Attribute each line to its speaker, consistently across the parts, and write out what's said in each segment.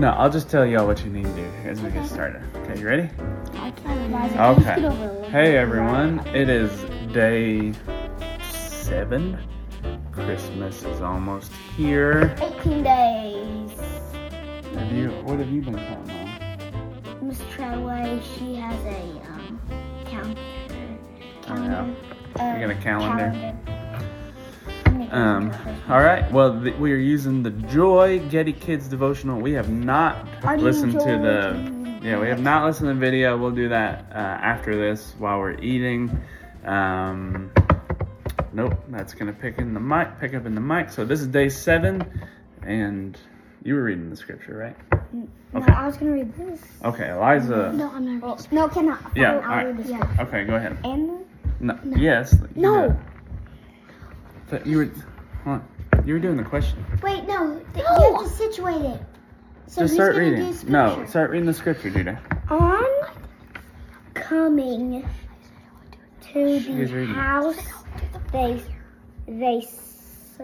Speaker 1: No, I'll just tell y'all what you need to do as we get started. Okay, you ready?
Speaker 2: I can't remember.
Speaker 1: Okay. Hey, everyone. It is day seven. Christmas is almost here.
Speaker 2: 18 days.
Speaker 1: Have you, what have you been counting on?
Speaker 2: Miss Treadway, she has a um, counter.
Speaker 1: yeah.
Speaker 2: calendar.
Speaker 1: You got a
Speaker 2: uh,
Speaker 1: calendar?
Speaker 2: calendar.
Speaker 1: Um, all right. Well, th- we are using the Joy Getty Kids devotional. We have not
Speaker 2: Are you
Speaker 1: listened to
Speaker 2: enjoying
Speaker 1: the. Yeah, we have not listened to the video. We'll do that uh, after this while we're eating. Um, nope, that's gonna pick in the mic. Pick up in the mic. So this is day seven, and you were reading the scripture, right? Okay.
Speaker 2: Mm, No, I was going to read this.
Speaker 1: Okay, Eliza.
Speaker 2: No, I'm not. Well, no, cannot.
Speaker 1: Yeah,
Speaker 2: I'll
Speaker 1: all right.
Speaker 2: read this one.
Speaker 1: Okay, go ahead.
Speaker 2: And
Speaker 1: No. Yes. you
Speaker 2: No.
Speaker 1: did. But you were. Hold on. You were doing the question.
Speaker 2: wait, no, th- you have to situate it. So
Speaker 1: Just
Speaker 2: he's
Speaker 1: start
Speaker 2: gonna do
Speaker 1: reading. No,
Speaker 2: scripture.
Speaker 1: start reading the scripture, dude.
Speaker 2: on coming to
Speaker 1: She's
Speaker 2: the
Speaker 1: reading.
Speaker 2: house, they they s-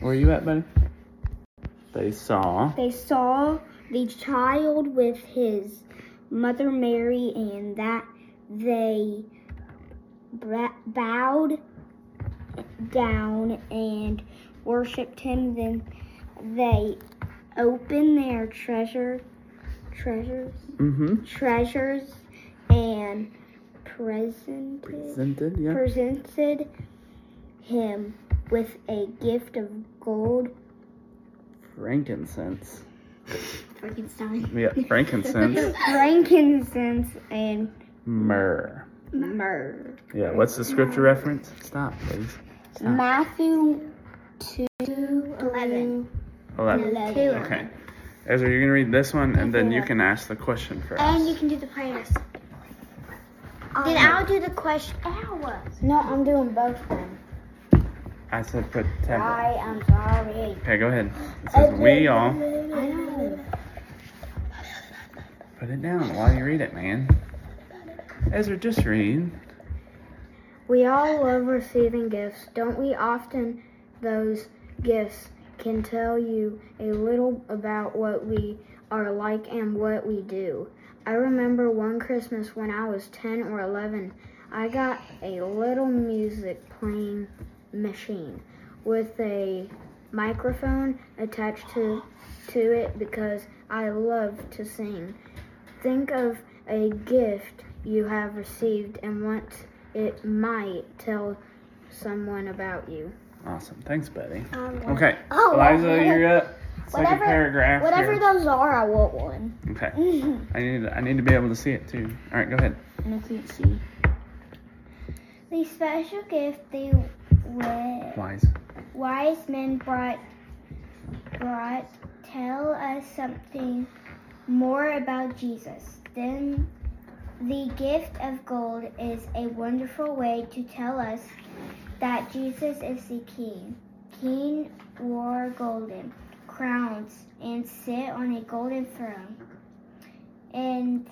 Speaker 1: Where you at, buddy? They saw.
Speaker 2: they saw the child with his mother Mary, and that they bra- bowed down and worshipped him. Then they opened their treasure treasures
Speaker 1: Mm-hmm.
Speaker 2: treasures and presented,
Speaker 1: Presented, yeah.
Speaker 2: presented him with a gift of gold.
Speaker 1: Frankincense.
Speaker 2: Frankenstein.
Speaker 1: Yeah, frankincense.
Speaker 2: Frankincense and
Speaker 1: Myrrh.
Speaker 2: myrrh.
Speaker 1: Yeah, what's the scripture reference? Stop, please. Stop.
Speaker 2: Matthew 2 11.
Speaker 1: Eleven. Okay. Ezra, you're gonna read this one, and then you can ask the question for us.
Speaker 2: you can do the prayers. then I'll do the question. No, I'm doing both of them.
Speaker 1: I said put tablet.
Speaker 2: I am sorry.
Speaker 1: Okay, go ahead. It says we all.
Speaker 2: I know.
Speaker 1: Put it down while you read it, man. Ezra, just read.
Speaker 2: We all love receiving gifts, don't we? Often those gifts can tell you a little about what we are like and what we do. I remember one Christmas when I was 10 or 11, I got a little music playing machine with a microphone attached to to it because I love to sing. Think of a gift you have received and want it might tell someone about you.
Speaker 1: Awesome. Thanks, buddy.
Speaker 2: Um,
Speaker 1: Okay.
Speaker 2: Oh,
Speaker 1: Eliza,
Speaker 2: whatever-
Speaker 1: you're up. Second
Speaker 2: whatever-
Speaker 1: paragraph. here.
Speaker 2: those are, I want one.
Speaker 1: Okay. I need I need to be able to see it too. All right, go ahead.
Speaker 2: I can't see. The special gift the wi-
Speaker 1: Wise.
Speaker 2: wise men brought brought tell us something more about Jesus. Then the gift of gold is a wonderful way to tell us that Jesus is the king. King wore golden crowns and sit on a golden throne. And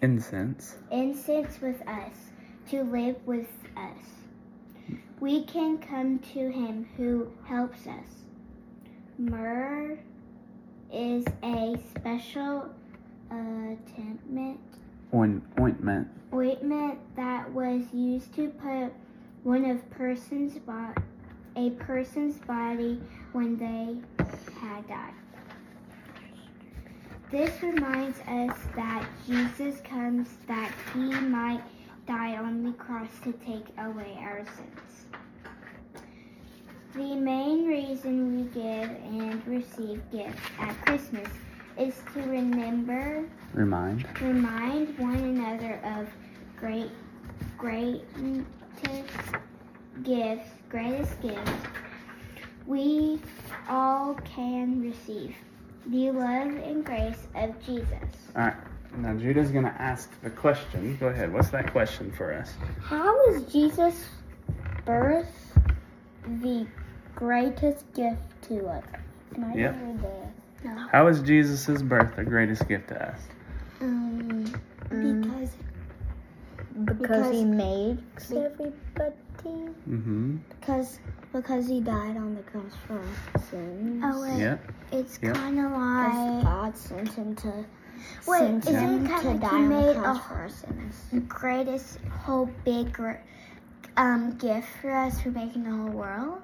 Speaker 1: Incense.
Speaker 2: incense with us, to live with us. We can come to him who helps us. Myrrh is a special uh, ointment,
Speaker 1: Oin- ointment.
Speaker 2: ointment that was used to put one of person's bo- a person's body when they had died. This reminds us that Jesus comes that he might die on the cross to take away our sins. The main reason we give and receive gifts at Christmas is to remember,
Speaker 1: Remind.
Speaker 2: remind one another of great, greatest gifts, greatest gifts we all can receive. The love and grace of Jesus.
Speaker 1: All right. Now Judah's going to ask the question. Go ahead. What's that question for us?
Speaker 2: How was Jesus' birth the greatest gift to us? Can I
Speaker 1: Yep.
Speaker 2: read this? No.
Speaker 1: How is Jesus' birth the greatest gift to us?
Speaker 2: Um, because
Speaker 3: Because he makes
Speaker 2: everybody.
Speaker 1: Mm-hmm.
Speaker 2: Because because he died on the cross for us.
Speaker 3: sins.
Speaker 2: Oh wait,
Speaker 1: Yep.
Speaker 2: it's
Speaker 1: Yep.
Speaker 2: kind of
Speaker 3: Because
Speaker 2: like
Speaker 3: God sent him to
Speaker 2: Wait,
Speaker 3: sent
Speaker 2: isn't it
Speaker 3: him
Speaker 2: kinda
Speaker 3: to
Speaker 2: like he
Speaker 3: die on
Speaker 2: made
Speaker 3: the cross
Speaker 2: a-
Speaker 3: for our sins.
Speaker 2: the greatest whole big gr- um gift for us for making the whole world.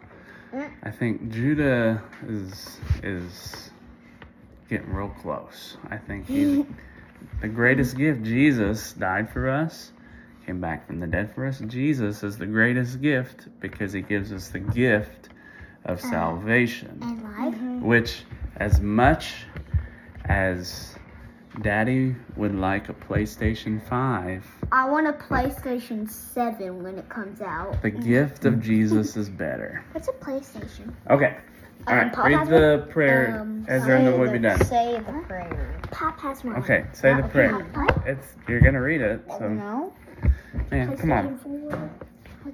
Speaker 1: I think Judah is is getting real close. I think he's the greatest gift. Jesus died for us, came back from the dead for us. Jesus is the greatest gift because he gives us the gift of salvation,
Speaker 2: And like
Speaker 1: which as much as Daddy would like a PlayStation 5,
Speaker 2: I want a PlayStation Seven when it comes out.
Speaker 1: the gift of Jesus is better.
Speaker 2: What's a PlayStation?
Speaker 1: Okay. All
Speaker 2: Um,
Speaker 1: right,
Speaker 2: Paul
Speaker 1: read
Speaker 2: has
Speaker 1: the prayer,
Speaker 2: um,
Speaker 1: Ezra, and then we'll be done.
Speaker 3: Say the prayer.
Speaker 2: Pop has one.
Speaker 1: Okay, say the prayer. It's you're gonna read it. So
Speaker 3: No.
Speaker 1: man, come on.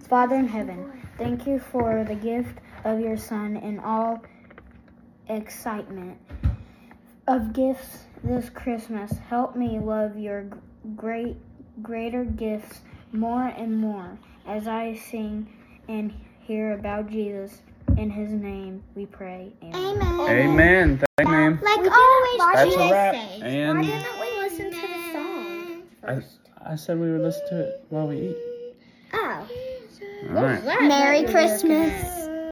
Speaker 3: Father in heaven, thank you for the gift of your Son and all excitement of gifts this Christmas. Help me love your g- great greater gifts more and more as I sing and hear about Jesus. In His name, we pray. Amen.
Speaker 1: Amen. Thank you, ma'am.
Speaker 2: Like always,
Speaker 1: That's a wrap. And
Speaker 2: we listen to the song?
Speaker 1: I, I said we would listen to it while we eat.
Speaker 2: Oh.
Speaker 1: All right.
Speaker 2: Merry Christmas.